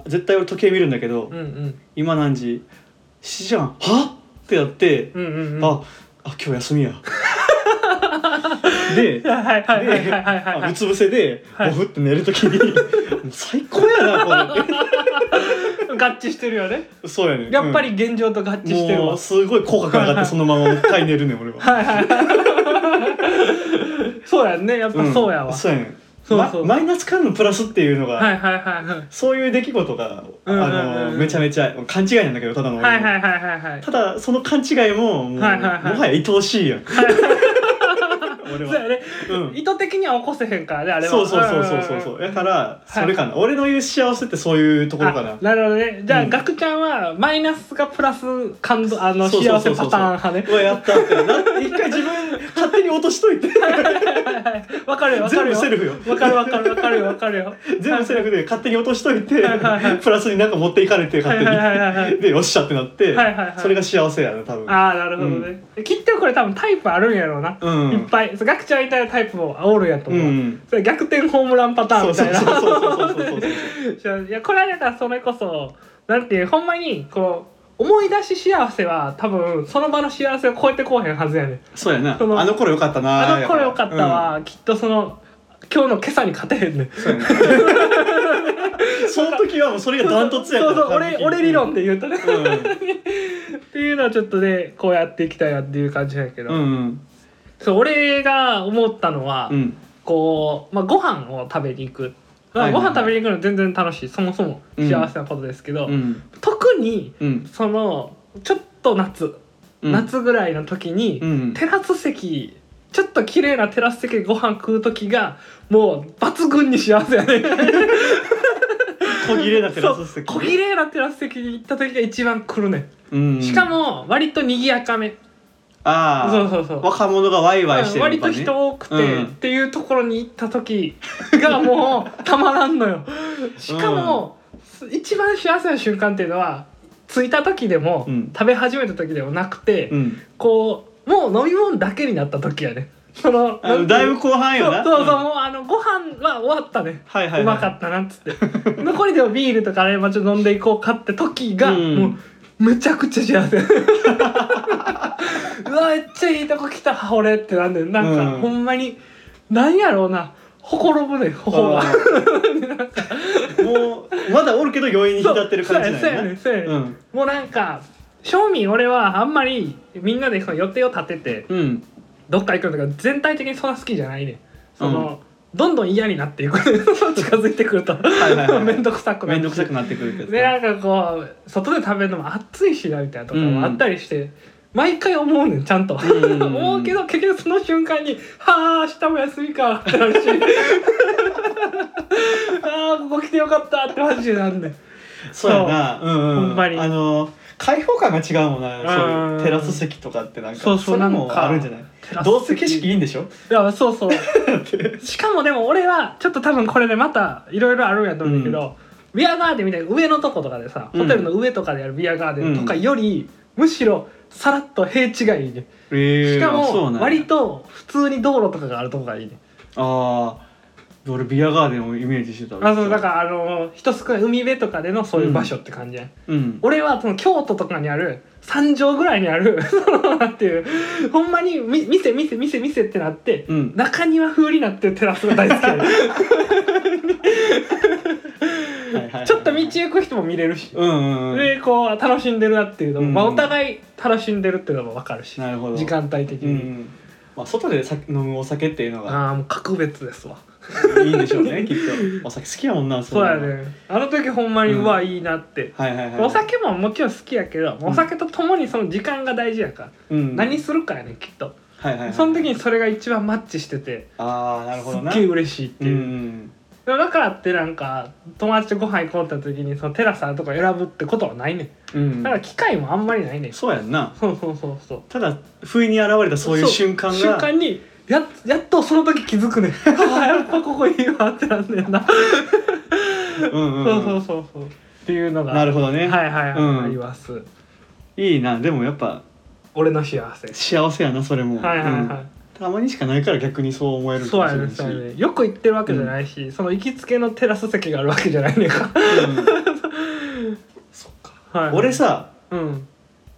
Speaker 1: 絶対俺時計見るんだけど
Speaker 2: うんうん
Speaker 1: 今何時 ?7 時半はってやって
Speaker 2: うんうんうん
Speaker 1: ああ今日休み や。で
Speaker 2: はいはいはいはいはいはいは
Speaker 1: あう
Speaker 2: い
Speaker 1: つ伏せで
Speaker 2: はい
Speaker 1: ボフって寝るときに もう最高やなこれ
Speaker 2: 合致してるよね
Speaker 1: そうやねん
Speaker 2: やっぱり現状と合
Speaker 1: うん
Speaker 2: 致してる
Speaker 1: も
Speaker 2: わ
Speaker 1: うすごい口角上がってそのままもう一回寝るねん俺は
Speaker 2: はいはいはい。 そうやんね、やっぱそうやわ。
Speaker 1: んそうやねん
Speaker 2: そうそう
Speaker 1: まマイナスからのプラスっていうのが、
Speaker 2: はいはいはいはい。
Speaker 1: そういう出来事が、
Speaker 2: うんうんうん
Speaker 1: あのめちゃめちゃ勘違いなんだけどただの俺の
Speaker 2: はいはいはいはいはい。
Speaker 1: ただその勘違いももう、
Speaker 2: はいはいはい
Speaker 1: もはや愛おしいやん 俺
Speaker 2: そうや
Speaker 1: は、
Speaker 2: ね。
Speaker 1: うん、
Speaker 2: 意図的には起こせへんからね、あれは。
Speaker 1: そうそうそうそうそうそうだからそれかな、俺の言う幸せってそういうところかな
Speaker 2: あなるほどね。じゃあ、
Speaker 1: うん
Speaker 2: ガクちゃんはマイナスがプラス感動、あの、
Speaker 1: そ
Speaker 2: 幸
Speaker 1: うそうそう
Speaker 2: せ
Speaker 1: そ
Speaker 2: パ
Speaker 1: う
Speaker 2: ターン派ね
Speaker 1: う。わやったってなって一回自分勝手に落としといて
Speaker 2: わかるよ、わか
Speaker 1: 全
Speaker 2: る
Speaker 1: 部
Speaker 2: よ。
Speaker 1: セルフよ
Speaker 2: わかるわかるわかるよ、わかるよ。
Speaker 1: 全部セルフで勝手に落としといて
Speaker 2: はいはいはい
Speaker 1: プラスになんか持っていかれて
Speaker 2: は
Speaker 1: 勝
Speaker 2: いはいはいはいは
Speaker 1: 手
Speaker 2: い
Speaker 1: に。でよっしゃってなって
Speaker 2: はいはいはい
Speaker 1: それが幸せやな多分
Speaker 2: ああ、なるほどね。きっとこれ多分タイプあるんやろうな。
Speaker 1: うん
Speaker 2: いっぱい。そうガクちゃんみたいなタイプもおるやと
Speaker 1: う
Speaker 2: 思う。
Speaker 1: ん
Speaker 2: それ逆転ホームランパターン
Speaker 1: そう
Speaker 2: み
Speaker 1: そ
Speaker 2: たい
Speaker 1: そう
Speaker 2: うな。
Speaker 1: そうそうそうそう
Speaker 2: いやこれはだからそれこそなんていうほんまにこう思い出し幸せは多分その場の幸せを超えてこうへんはずやねん
Speaker 1: そうやな
Speaker 2: その
Speaker 1: あの頃よかったな
Speaker 2: あの頃よかったわ、きっとその今日の今朝に勝てへんねん
Speaker 1: うんそうや なその時はもうそれがダントツや
Speaker 2: そ
Speaker 1: か
Speaker 2: う
Speaker 1: ら
Speaker 2: そう俺俺理論で言うとね、
Speaker 1: うん
Speaker 2: っていうのはちょっとねこうやっていきたいなっていう感じやけど、
Speaker 1: うん
Speaker 2: そう俺が思ったのは、
Speaker 1: うん
Speaker 2: こう、まあ、ご飯を食べに行く、まあ
Speaker 1: はいはいはい
Speaker 2: ご飯食べに行くの全然楽しいそもそも幸せなことですけど、
Speaker 1: うん
Speaker 2: 特に
Speaker 1: うん
Speaker 2: そのちょっと夏、
Speaker 1: うん
Speaker 2: 夏ぐらいの時に、
Speaker 1: うん
Speaker 2: テラス席ちょっと綺麗なテラス席でご飯食う時がもう抜群に幸せやね
Speaker 1: 小切れだけど
Speaker 2: そう小綺麗なテラス席に行った時が一番来るね、
Speaker 1: うん
Speaker 2: ん、しかも割と賑やかめ
Speaker 1: ああ
Speaker 2: そうそうそう
Speaker 1: 若者がワイワイして
Speaker 2: うん
Speaker 1: る
Speaker 2: 割
Speaker 1: とか
Speaker 2: と
Speaker 1: ね
Speaker 2: 人多くて、
Speaker 1: うん
Speaker 2: っていうところに行った時 がもうたまらんのよしかも、一番幸せな瞬間っていうのは着いた時でも、
Speaker 1: うん
Speaker 2: 食べ始めた時でもなくて、
Speaker 1: うん
Speaker 2: こうもう飲み物だけになった時やねその
Speaker 1: あのだいぶ後半よ
Speaker 2: そう
Speaker 1: な
Speaker 2: そうそう、
Speaker 1: ん
Speaker 2: もうあのご飯は終わったね、
Speaker 1: はいはいはいう
Speaker 2: まかったなっつって 残りでもビールとかあればちょっと 飲んでいこうかって時が、
Speaker 1: うん
Speaker 2: もうめちゃくちゃ幸せうわめっちゃいいとこ来た俺ってなんだよなんか、
Speaker 1: うん
Speaker 2: ほんまになんやろうなほころぶね頬が
Speaker 1: もうまだおるけど余韻に浸ってる感じなん
Speaker 2: そう
Speaker 1: や
Speaker 2: や
Speaker 1: な
Speaker 2: ねそうやね、
Speaker 1: うん
Speaker 2: もうなんか正味俺はあんまりみんなでその予定を立てて
Speaker 1: うん
Speaker 2: どっか行くのとか全体的にそんな好きじゃないねその、どんどん嫌になっていく 近づいてくると
Speaker 1: いはいはい
Speaker 2: 面倒くさくな
Speaker 1: 面
Speaker 2: っ
Speaker 1: 倒く
Speaker 2: て
Speaker 1: さくなってくるけど
Speaker 2: でなんかこう外で食べるのも暑いしなみたいなとかもあったりして、毎回思うねんちゃんと、
Speaker 1: んうんうん
Speaker 2: 思うけど結局その瞬間に「はあ明日も休みか」ってなるし「 ああここ来てよかった」ってマジでなんねん
Speaker 1: そうやなうんうん
Speaker 2: ほんまに
Speaker 1: あの開放感が違うもんなそう
Speaker 2: う
Speaker 1: い
Speaker 2: ん
Speaker 1: うテラス席とかってなんか
Speaker 2: そうそう
Speaker 1: れ
Speaker 2: なん
Speaker 1: も
Speaker 2: か
Speaker 1: あるんじゃない
Speaker 2: テラス席
Speaker 1: どうせ景色いいんでしょ
Speaker 2: いやそうそうしかもでも俺はちょっと多分これでまたいろいろあるんやと思うけど、ビアガーデンみたいな上のとことかでさ、
Speaker 1: うん
Speaker 2: ホテルの上とかでやるビアガーデンとかより、むしろさらっと平地がいいね
Speaker 1: し
Speaker 2: しかも割と普通に道路とかがあるとこがいいね
Speaker 1: ああ俺ビアガーデンをイメージしてた
Speaker 2: あそうだからあの人少ない海辺とかでのそういう場所って感じや、
Speaker 1: うん
Speaker 2: 俺はその京都とかにある三条ぐらいにある そのなんていうほんまにみ店店店店ってなって、
Speaker 1: うん
Speaker 2: 中庭風になってるテラスが大好きやね
Speaker 1: はいはいはい
Speaker 2: ちょっと道行く人も見れるし、
Speaker 1: うんうんうん
Speaker 2: でこう楽しんでるなっていうのも、
Speaker 1: うん
Speaker 2: まあ、お互い楽しんでるっていうのも分かるし
Speaker 1: なるほど
Speaker 2: 時間帯的
Speaker 1: うんう
Speaker 2: に、
Speaker 1: んまあ外でさ飲むお酒っていうのが
Speaker 2: ああもう格別ですわ
Speaker 1: いいんでしょうね きっとお酒好きやもんな
Speaker 2: そうや
Speaker 1: いのは
Speaker 2: ねあの時ほんまに
Speaker 1: うん
Speaker 2: うわいいなって、
Speaker 1: はいはいはい
Speaker 2: お酒ももちろん好きやけど、お酒とともにその時間が大事やから、
Speaker 1: うん
Speaker 2: 何するかやねきっと、
Speaker 1: はいはいはい
Speaker 2: その時にそれが一番マッチしてて
Speaker 1: ああなるほどな
Speaker 2: すっげえ嬉しいって
Speaker 1: うん
Speaker 2: いうう、
Speaker 1: ん
Speaker 2: でもだからってなんか友達とご飯行こうって時にそのテラスあるとか選ぶってことはないね
Speaker 1: うん
Speaker 2: だから機会もあんまりないね、
Speaker 1: そうやんな
Speaker 2: そうそうそうそう
Speaker 1: ただ不意に現れたそういう瞬間が
Speaker 2: 瞬間にややっとその時気づく ねああやっぱここいいわってなんだよな、
Speaker 1: うんうん
Speaker 2: そうそううんそうそうっていうのが
Speaker 1: なるほどね
Speaker 2: はいはいはい、
Speaker 1: うん
Speaker 2: あります
Speaker 1: いいなでもやっぱ
Speaker 2: 俺の幸せ
Speaker 1: 幸せやなそれも
Speaker 2: はいはいはい、
Speaker 1: うんたまにしかないから逆にそう思えるか
Speaker 2: そう
Speaker 1: も
Speaker 2: や
Speaker 1: しれな
Speaker 2: ね
Speaker 1: いし
Speaker 2: そうやねよく行ってるわけじゃないし、その行きつけのテラス席があるわけじゃないねん か、
Speaker 1: うんそっか
Speaker 2: はい、
Speaker 1: 俺さ
Speaker 2: うん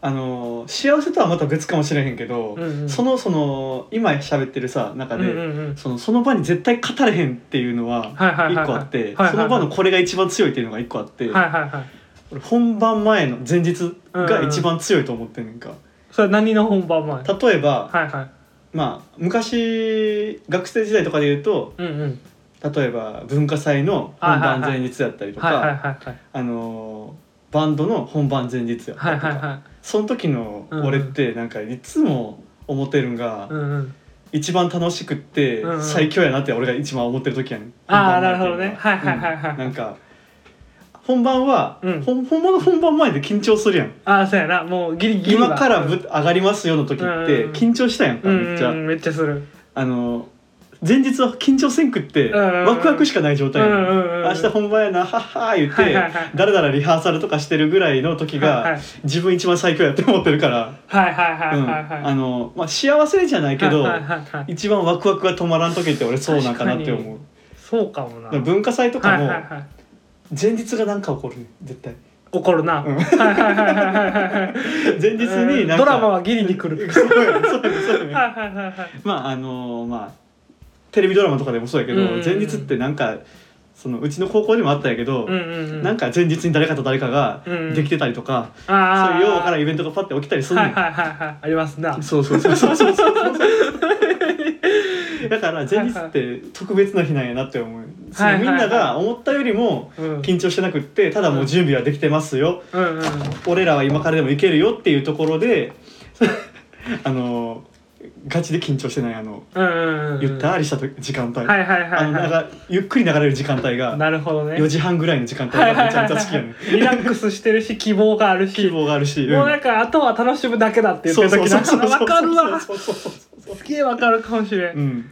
Speaker 1: あのー幸せとはまた別かもしれへんけど、
Speaker 2: うんうん
Speaker 1: そのその今喋ってるさ中
Speaker 2: うんう
Speaker 1: で、
Speaker 2: んうん
Speaker 1: そのその場に絶対語れへんっていうのは
Speaker 2: はいはいはいはい
Speaker 1: 一個あって
Speaker 2: はいはいはい
Speaker 1: その場のこれが一番強いっていうのが一個あって、
Speaker 2: はいはいはい
Speaker 1: 俺本番前の前日が一番強いと思ってんねんか、
Speaker 2: それは何の本番前
Speaker 1: 例えば、
Speaker 2: はいはい
Speaker 1: まあ昔学生時代とかで言うと
Speaker 2: うんうん
Speaker 1: 例えば文化祭の本番前日だったりと
Speaker 2: はいはい
Speaker 1: か
Speaker 2: はいはい
Speaker 1: あのーバンドの本番前日やった
Speaker 2: は
Speaker 1: り
Speaker 2: い
Speaker 1: とか、
Speaker 2: はいは
Speaker 1: その時の俺ってなんかいつも思ってるんが
Speaker 2: い、うんうん
Speaker 1: 一番楽しくって
Speaker 2: うんうん
Speaker 1: 最強やなって俺が一番思ってる時やねん。
Speaker 2: あー
Speaker 1: 本番前っていうの
Speaker 2: なるほどねはいはいはいはい
Speaker 1: うんなんか本番は、
Speaker 2: うん
Speaker 1: ほん本番の本番前で緊張するやん。
Speaker 2: ああそうやなもうギリギリは
Speaker 1: 今からぶ上がりますよの時って
Speaker 2: うん
Speaker 1: 緊張したやんか、
Speaker 2: うんうん
Speaker 1: めっちゃ。
Speaker 2: めっちゃする
Speaker 1: あの前日は緊張せんくって、
Speaker 2: うんうんうん
Speaker 1: ワクワクしかない状態やねん、
Speaker 2: うんうんうんうん
Speaker 1: 明日本番やなはっはー言って、
Speaker 2: はいはいはい
Speaker 1: だらだらリハーサルとかしてるぐらいの時が、
Speaker 2: はいはい
Speaker 1: 自分一番最強やって思ってるから、
Speaker 2: はいはいは
Speaker 1: う
Speaker 2: い
Speaker 1: ん
Speaker 2: はいはい
Speaker 1: あのまあ、幸せじゃないけど、
Speaker 2: はいはいはいはい
Speaker 1: 一番ワクワクが止まらん時って俺そうなんかなって
Speaker 2: 確か
Speaker 1: 思う
Speaker 2: にそうかもな
Speaker 1: だから文化祭とかも
Speaker 2: はいはいはい
Speaker 1: 前日が何か起こるね絶対
Speaker 2: 怒るな、はいはいはいはいはいはい
Speaker 1: 前日になんか
Speaker 2: ドラマはギリに来る
Speaker 1: そうやねそうやねそうやね
Speaker 2: はいはいはいはい
Speaker 1: まああのまあテレビドラマとかでもそうやけど、
Speaker 2: うんうんうん
Speaker 1: 前日ってなんかそのうちの高校でもあったんやけど、
Speaker 2: うんうんうん
Speaker 1: なんか前日に誰かと誰かが
Speaker 2: うん
Speaker 1: できてたりとか、
Speaker 2: あ
Speaker 1: そ
Speaker 2: ー
Speaker 1: ういうようわからんイベントがパッて起きたりする
Speaker 2: は
Speaker 1: の、
Speaker 2: いはいはいはいありますな
Speaker 1: そうそうそうそうそうそう だから前日って特別な日なんやなって思う、その
Speaker 2: はいはい
Speaker 1: み
Speaker 2: はい
Speaker 1: んなが思ったよりも
Speaker 2: うん
Speaker 1: 緊張してなくってただもう準備はできてますよ、
Speaker 2: うんうん
Speaker 1: 俺らは今からでもいけるよっていうところで あのガチで緊張してないあの
Speaker 2: うんうん
Speaker 1: ゆったりしたと時間帯、
Speaker 2: はいはい
Speaker 1: あ
Speaker 2: はい
Speaker 1: のな
Speaker 2: は
Speaker 1: いんかゆっくり流れる時間帯が
Speaker 2: なるほどね
Speaker 1: 4時半ぐらいの時間帯
Speaker 2: はい
Speaker 1: が
Speaker 2: はい
Speaker 1: めち
Speaker 2: は
Speaker 1: ゃめ
Speaker 2: い
Speaker 1: ちゃ
Speaker 2: は
Speaker 1: 好きやねん
Speaker 2: いリラックスしてるし希望があるし
Speaker 1: 希
Speaker 2: も
Speaker 1: 望があるし、
Speaker 2: う
Speaker 1: うん
Speaker 2: なんかあとは楽しむだけだって言って
Speaker 1: そう
Speaker 2: る
Speaker 1: そう
Speaker 2: 時な
Speaker 1: そうそ
Speaker 2: ん
Speaker 1: う
Speaker 2: か分かるわ
Speaker 1: そうそうそうそう
Speaker 2: すげえ分かるかもしれん
Speaker 1: うん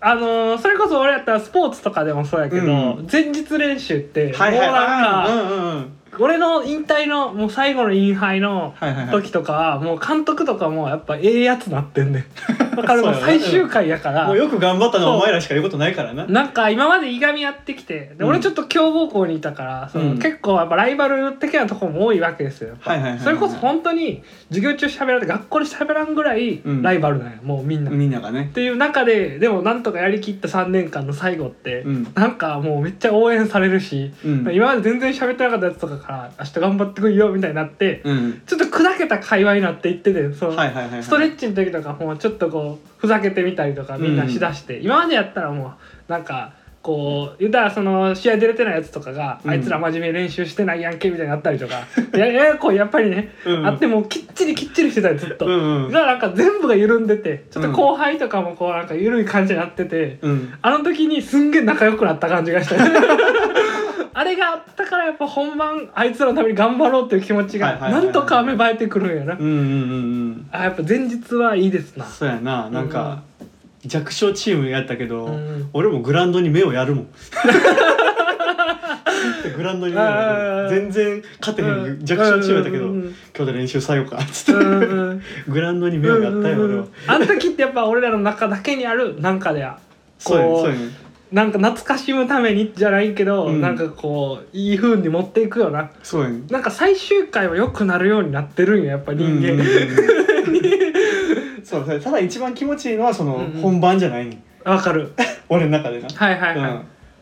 Speaker 2: あのーそれこそ俺やったらスポーツとかでもそうやけど、
Speaker 1: うん
Speaker 2: 前日練習ってもう
Speaker 1: はいはい
Speaker 2: なんか、
Speaker 1: はいうんうんうん
Speaker 2: 俺の引退のもう最後のインハイの
Speaker 1: はいはいはい
Speaker 2: 時とかはもう監督とかもやっぱええやつなってんねんわかる
Speaker 1: そう
Speaker 2: も
Speaker 1: や
Speaker 2: う
Speaker 1: な
Speaker 2: 最終回やから
Speaker 1: もうよく頑張ったのは
Speaker 2: そう
Speaker 1: お前らしか言うことないからな
Speaker 2: なんか今までいがみやってきてで
Speaker 1: うん
Speaker 2: 俺ちょっと強豪校にいたから、その
Speaker 1: うん
Speaker 2: 結構やっぱライバル的なところも多いわけですよ、やっぱ
Speaker 1: はいはいはいはい
Speaker 2: それこそ本当に授業中喋られて学校で喋らんぐらい
Speaker 1: うん
Speaker 2: ライバルなんや、もうみんな、っ
Speaker 1: みんながね
Speaker 2: ていう中ででもなんとかやりきった3年間の最後って、
Speaker 1: うん
Speaker 2: なんかもうめっちゃ応援されるし、
Speaker 1: うん
Speaker 2: 今まで全然喋ってなかったやつとかから明日頑張ってこいよみたいになって、
Speaker 1: うん
Speaker 2: ちょっと砕けた会話になっていっててその、
Speaker 1: はいはいはいはい
Speaker 2: ストレッチの時とかもうちょっとこうふざけてみたりとかみんなしだして、今までやったらもうなんかこう言うたらその試合出れてないやつとかが、
Speaker 1: うん
Speaker 2: あいつら真面目に練習してないやんけみたいになったり とかいやややこうやっぱりね、
Speaker 1: うん
Speaker 2: あってもうきっちりきっちりしてたりずっと。
Speaker 1: うんうん
Speaker 2: がなんか全部が緩んでてちょっと
Speaker 1: うん
Speaker 2: 後輩とかもこうなんか緩い感じになってて、
Speaker 1: うん
Speaker 2: あの時にすんげえ仲良くなった感 じがしたあれがあったからやっぱ本番あいつらのために頑張ろうっていう気持ち
Speaker 1: はい
Speaker 2: が
Speaker 1: はいはいは
Speaker 2: ないんとか芽生えてくるんやな、
Speaker 1: うんうんうん
Speaker 2: あやっぱ前日はいいです
Speaker 1: うん
Speaker 2: な
Speaker 1: そうやななんか弱小チームやったけど、
Speaker 2: うん
Speaker 1: 俺もグラウンドに目をやる もんグラウンドに目をや
Speaker 2: あ
Speaker 1: る
Speaker 2: ー
Speaker 1: 全然勝てへ
Speaker 2: うんん
Speaker 1: 弱小チームやったけど、
Speaker 2: うんうんうん
Speaker 1: 今日で練習最後かっつ
Speaker 2: う
Speaker 1: っ
Speaker 2: ん
Speaker 1: て、
Speaker 2: うん
Speaker 1: グラウンドに目をやったよ、俺は
Speaker 2: あの時ってやっぱ俺らの中だけにあるなんかでや
Speaker 1: そうやねそうやね
Speaker 2: なんか懐かしむためにじゃないけど、
Speaker 1: うん
Speaker 2: なんかこういい風に持っていくよな
Speaker 1: そうやね
Speaker 2: なんか最終回は良くなるようになってるんよやっぱ人間、
Speaker 1: うんうんうんそうそうただ一番気持ちいいのはその
Speaker 2: うんうん
Speaker 1: 本番じゃないね、
Speaker 2: わか る
Speaker 1: 俺の中でな、
Speaker 2: はいはいはい、
Speaker 1: うん、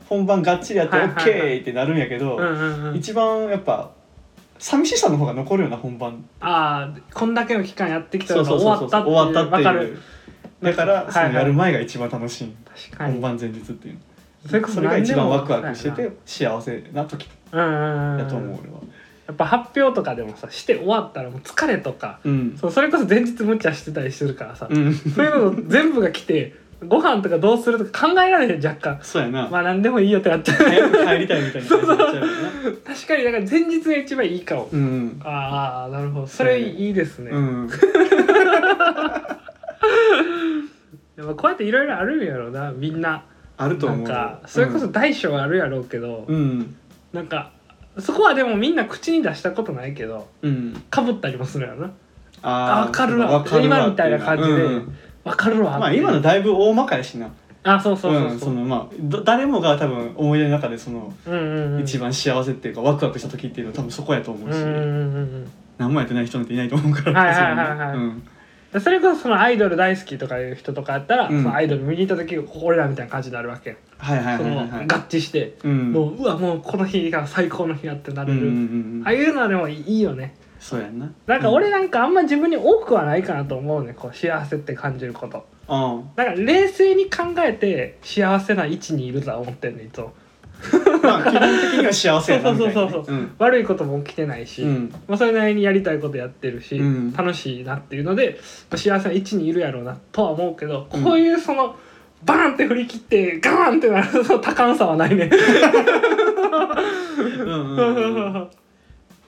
Speaker 1: 本番がっちりやって
Speaker 2: は
Speaker 1: オ
Speaker 2: いはいは
Speaker 1: ッ
Speaker 2: い
Speaker 1: ケーってなるんやけど、
Speaker 2: うんうんうん、
Speaker 1: 一番やっぱ寂しさの方が残るような本番
Speaker 2: ああこんだけの期間やってきた
Speaker 1: そ
Speaker 2: の
Speaker 1: う
Speaker 2: が
Speaker 1: そう
Speaker 2: 終
Speaker 1: そう
Speaker 2: わ
Speaker 1: そう
Speaker 2: ったっ
Speaker 1: 終わっ
Speaker 2: ていう
Speaker 1: たって
Speaker 2: わ
Speaker 1: いう
Speaker 2: かる
Speaker 1: だから、
Speaker 2: はい
Speaker 1: そ
Speaker 2: はい
Speaker 1: のやる前が一番楽しい
Speaker 2: 確かに
Speaker 1: 本番前日っていう
Speaker 2: それこ
Speaker 1: それが一番ワクワクして
Speaker 2: 何で
Speaker 1: て幸せな時
Speaker 2: もうんうんうん
Speaker 1: だと思う俺は
Speaker 2: やっぱ発表とかでもさして終わったらもう疲れとか
Speaker 1: うん
Speaker 2: そうそれこそ前日無茶してたりするからさ、
Speaker 1: うん
Speaker 2: そういうの全部が来てご飯とかどうするとか考えられへん若干
Speaker 1: そうやな
Speaker 2: まあ何でもいいよってなっちゃう
Speaker 1: 早く帰りたいみたいな感じになっちゃうよな
Speaker 2: 確かにだから前日が一番いいかも、
Speaker 1: うん
Speaker 2: ああなるほどそれいいですね、
Speaker 1: うん
Speaker 2: でもこうやっていろいろあるんやろうなみんな
Speaker 1: あると
Speaker 2: な
Speaker 1: 思うん
Speaker 2: かそれこそ大小あるやろうけど、
Speaker 1: うん
Speaker 2: なんかそこはでもみんな口に出したことないけど
Speaker 1: うん
Speaker 2: かぶったりもするやろな
Speaker 1: あー
Speaker 2: わかるわ
Speaker 1: わかるわ
Speaker 2: 今みたいな感じで
Speaker 1: うんうん
Speaker 2: わかるわって
Speaker 1: まあ今のだいぶ大まかやしな
Speaker 2: あそうそうそううんそ
Speaker 1: そうのまあど誰もが多分思い出の中でその
Speaker 2: うんうんうん
Speaker 1: 一番幸せっていうかワクワクした時っていうのは多分そこやと思
Speaker 2: う
Speaker 1: うんし
Speaker 2: うんうん
Speaker 1: 何もやってない人なんていないと思うか
Speaker 2: はい
Speaker 1: ら
Speaker 2: はいはいはい
Speaker 1: そんなうん
Speaker 2: うんそれこそそのアイドル大好きとかいう人とかやったら、
Speaker 1: うん
Speaker 2: そのアイドル見に行った時俺らみたいな感じになるわけ、
Speaker 1: はいはいはいはい
Speaker 2: そ
Speaker 1: は
Speaker 2: の
Speaker 1: い
Speaker 2: 合致して、
Speaker 1: うん
Speaker 2: もううわもうこの日が最高の日やってなれる、
Speaker 1: うんうんうん
Speaker 2: ああいうのはでもいいよね
Speaker 1: そうやんな
Speaker 2: なんか俺なんかあんま自分に多くはないかなと思うねこう幸せって感じること
Speaker 1: うん
Speaker 2: なんか冷静に考えて幸せな位置にいるとは思ってんねいつも
Speaker 1: まあ基本的には幸せやなみたいなね
Speaker 2: そうそうそう
Speaker 1: うん
Speaker 2: 悪いことも起きてないし、
Speaker 1: うん
Speaker 2: まあ、それなりにやりたいことやってるし、
Speaker 1: うん
Speaker 2: 楽しいなっていうので、まあ、幸せな位置にいるやろうなとは思うけど、
Speaker 1: うん
Speaker 2: こういうそのバーンって振り切ってガーンってなるその多感さはないね。
Speaker 1: うんう
Speaker 2: う
Speaker 1: んんうんうん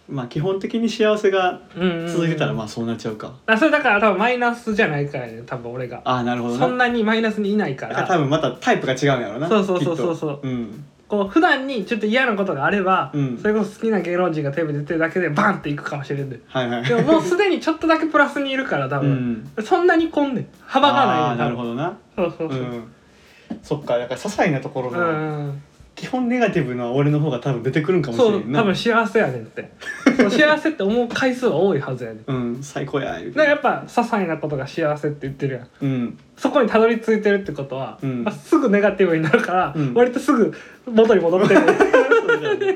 Speaker 1: まあ基本的に幸せが
Speaker 2: うんうん
Speaker 1: 続いてたらまあそうなっちゃうか
Speaker 2: あそれだから多分マイナスじゃないからね多分俺が
Speaker 1: ああなるほど
Speaker 2: そん
Speaker 1: な
Speaker 2: なにマイナスにいないか
Speaker 1: だから
Speaker 2: ら
Speaker 1: 多分またタイプが違うんやろな
Speaker 2: そうそうそうそうそう
Speaker 1: きっとうん
Speaker 2: こう普段にちょっと嫌なことがあれば、
Speaker 1: うん
Speaker 2: それこそ好きな芸能人がテレビ出てるだけでバンっていくかもしれんで
Speaker 1: はいはい
Speaker 2: でももうすでにちょっとだけプラスにいるから多
Speaker 1: う
Speaker 2: 分、
Speaker 1: ん
Speaker 2: そんなに混んで幅がない
Speaker 1: あーなるほどな
Speaker 2: どそうそう
Speaker 1: う
Speaker 2: そう、
Speaker 1: んそっかだから些細なところ
Speaker 2: うん
Speaker 1: の
Speaker 2: うんうん
Speaker 1: 基本ネガティブな俺の方が多分出てくるんかもし
Speaker 2: そ
Speaker 1: れ
Speaker 2: うん多
Speaker 1: な
Speaker 2: 分幸せやねんってそう幸せって思う回数は多いはずやねんだか
Speaker 1: うん最高や言うて
Speaker 2: らやっぱ些細なことが幸せって言ってるやん
Speaker 1: うん
Speaker 2: そこにたどり着いてるってことは、
Speaker 1: うん
Speaker 2: まあすぐネガティブになるから、
Speaker 1: うん
Speaker 2: 割とすぐ元に戻ってる
Speaker 1: め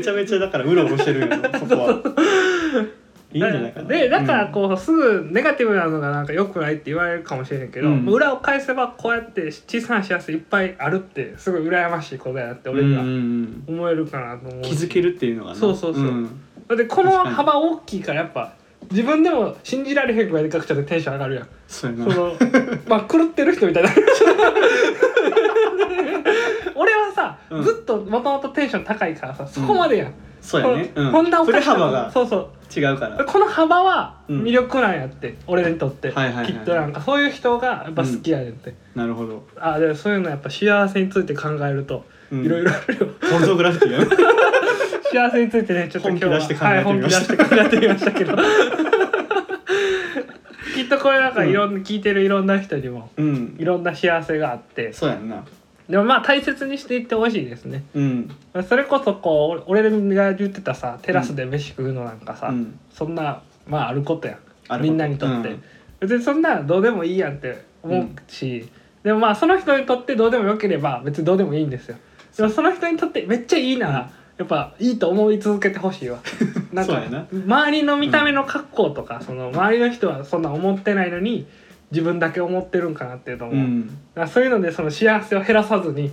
Speaker 1: ちゃめちゃだからうろうろしてるよそこ はいいんじゃないかな
Speaker 2: でだからこうすぐネガティブなのがなんか良くないって言われるかもしれんけど、
Speaker 1: うん
Speaker 2: 裏を返せばこうやって小さな幸せいっぱいあるってすごい羨ましいことやなって
Speaker 1: うん
Speaker 2: 俺には
Speaker 1: うんうん
Speaker 2: 思えるかなと思う、
Speaker 1: 気づけるっていうのがな
Speaker 2: そうそうそうんだってこの
Speaker 1: 確かに
Speaker 2: 幅大きいからやっぱ自分でも信じられへんぐらいで書くとテンション上がるやん
Speaker 1: そうや
Speaker 2: そ
Speaker 1: な
Speaker 2: の まあ狂ってる人みたいな 俺はさ、
Speaker 1: うん
Speaker 2: ずっともともとテンション高いからさそこまでやん、
Speaker 1: そうやね
Speaker 2: このこんなお
Speaker 1: 振
Speaker 2: か
Speaker 1: れ
Speaker 2: しなこ
Speaker 1: 幅
Speaker 2: と
Speaker 1: が
Speaker 2: そうそう
Speaker 1: 違うから
Speaker 2: この幅は
Speaker 1: うん
Speaker 2: 魅力なんやって、俺にとって、
Speaker 1: はいはいはい
Speaker 2: きっとなんかそういう人がやっぱ好きやねんって、
Speaker 1: なるほど
Speaker 2: あでもそういうのやっぱ幸せについて考えると
Speaker 1: うん
Speaker 2: いろいろあるよ、
Speaker 1: ポルトグラフィティやな
Speaker 2: 幸せについてねちょっと今日は
Speaker 1: 本気出して考えてみました
Speaker 2: はい、本気出して考えてみましたけどきっとこれなんか
Speaker 1: うん
Speaker 2: いろんな、聞いてるいろんな人にも
Speaker 1: うん
Speaker 2: いろんな幸せがあって
Speaker 1: そうやんな
Speaker 2: でもまあ大切にしていってほしいですね
Speaker 1: うん
Speaker 2: それこそこう俺が言ってたさテラスで飯食うのなんかさ、
Speaker 1: うん
Speaker 2: そんなまああることやん
Speaker 1: あること
Speaker 2: みんなにとって、
Speaker 1: うん
Speaker 2: 別にそんなどうでもいいやんって思うし、でもまあその人にとってどうでもよければ別にどうでもいいんですよでもその人にとってめっちゃいいなら、やっぱいいと思い続けて ほしいわなん
Speaker 1: そう
Speaker 2: か
Speaker 1: やな
Speaker 2: 周りの見た目の格好とか、その周りの人はそんな思ってないのに自分だけ思ってるんかなっていうのも、
Speaker 1: う
Speaker 2: だ
Speaker 1: ん
Speaker 2: からそういうのでその幸せを減らさずに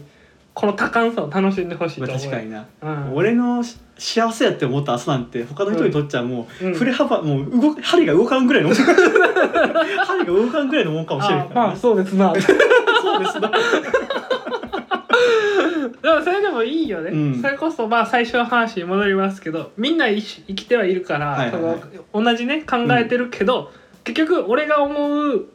Speaker 2: この多感さを楽しんでほしいと
Speaker 1: まあ
Speaker 2: 思う、
Speaker 1: 確かにな
Speaker 2: うん、
Speaker 1: 俺のし幸せやって思った朝なんて他の人にとっちゃもう、
Speaker 2: うん
Speaker 1: 振れ幅もう動く針が動かんぐらい の針が動かんぐらいのもんかもしれん
Speaker 2: あ
Speaker 1: か
Speaker 2: ま
Speaker 1: ら
Speaker 2: あ
Speaker 1: ね
Speaker 2: そうですなでも
Speaker 1: そうですな
Speaker 2: それでもいいよね、
Speaker 1: うん
Speaker 2: それこそまあ最初の話に戻りますけどみんな一緒生きてはいるから、
Speaker 1: はいはいはい
Speaker 2: その同じね考えてるけど、結局俺が思う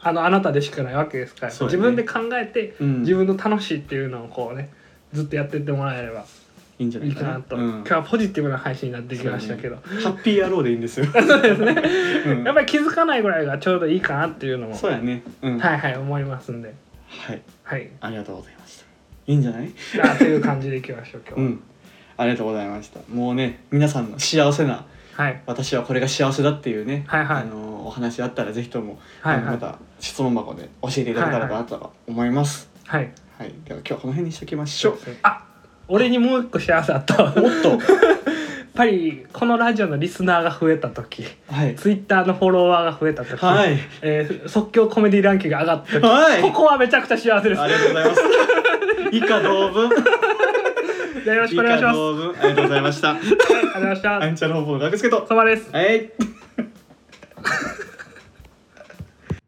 Speaker 2: あのあなたでしかないわけですから、
Speaker 1: そうだ
Speaker 2: 自
Speaker 1: ね
Speaker 2: 分で考えて
Speaker 1: うん
Speaker 2: 自分の楽しいっていうのをこうねずっとやってってもらえれば
Speaker 1: いいんじゃないい
Speaker 2: いか
Speaker 1: かな
Speaker 2: なと、
Speaker 1: うん
Speaker 2: 今日はポジティブな配信になってきましたけど、
Speaker 1: ハッピー野郎でいいんですよ
Speaker 2: そうですね
Speaker 1: うん
Speaker 2: やっぱり気づかないぐらいがちょうどいいかなっていうのも
Speaker 1: そうやねうん
Speaker 2: はいはい思いますんで
Speaker 1: はい、
Speaker 2: はい
Speaker 1: ありがとうございましたいいんじゃない
Speaker 2: じゃあという感じでいきましょう今日
Speaker 1: う
Speaker 2: は、
Speaker 1: んありがとうございましたもうね皆さんの幸せな
Speaker 2: はい
Speaker 1: 私はこれが幸せだっていうね、
Speaker 2: はいはい
Speaker 1: あのお話あったらぜひとも、
Speaker 2: はい
Speaker 1: あの
Speaker 2: はい
Speaker 1: また質問箱で教えていただけたらなと思います、
Speaker 2: はい
Speaker 1: はいでは今日はこの辺にしておきましょう
Speaker 2: あ俺にもう一個幸せあったわや
Speaker 1: もっと
Speaker 2: っぱりこのラジオのリスナーが増えた時
Speaker 1: はい
Speaker 2: ツイッターのフォロワーが増えた時、
Speaker 1: はい
Speaker 2: えー即興コメディランキングが上がった時、
Speaker 1: はい
Speaker 2: ここはめちゃくちゃ幸せです
Speaker 1: ありがとうございます以下同文
Speaker 2: じゃあよろしくお願いし
Speaker 1: 以下
Speaker 2: ます
Speaker 1: 同文ありがとうございました
Speaker 2: ありがとうございました、
Speaker 1: アンチャローボーの学助と
Speaker 2: お疲れ様です
Speaker 1: はい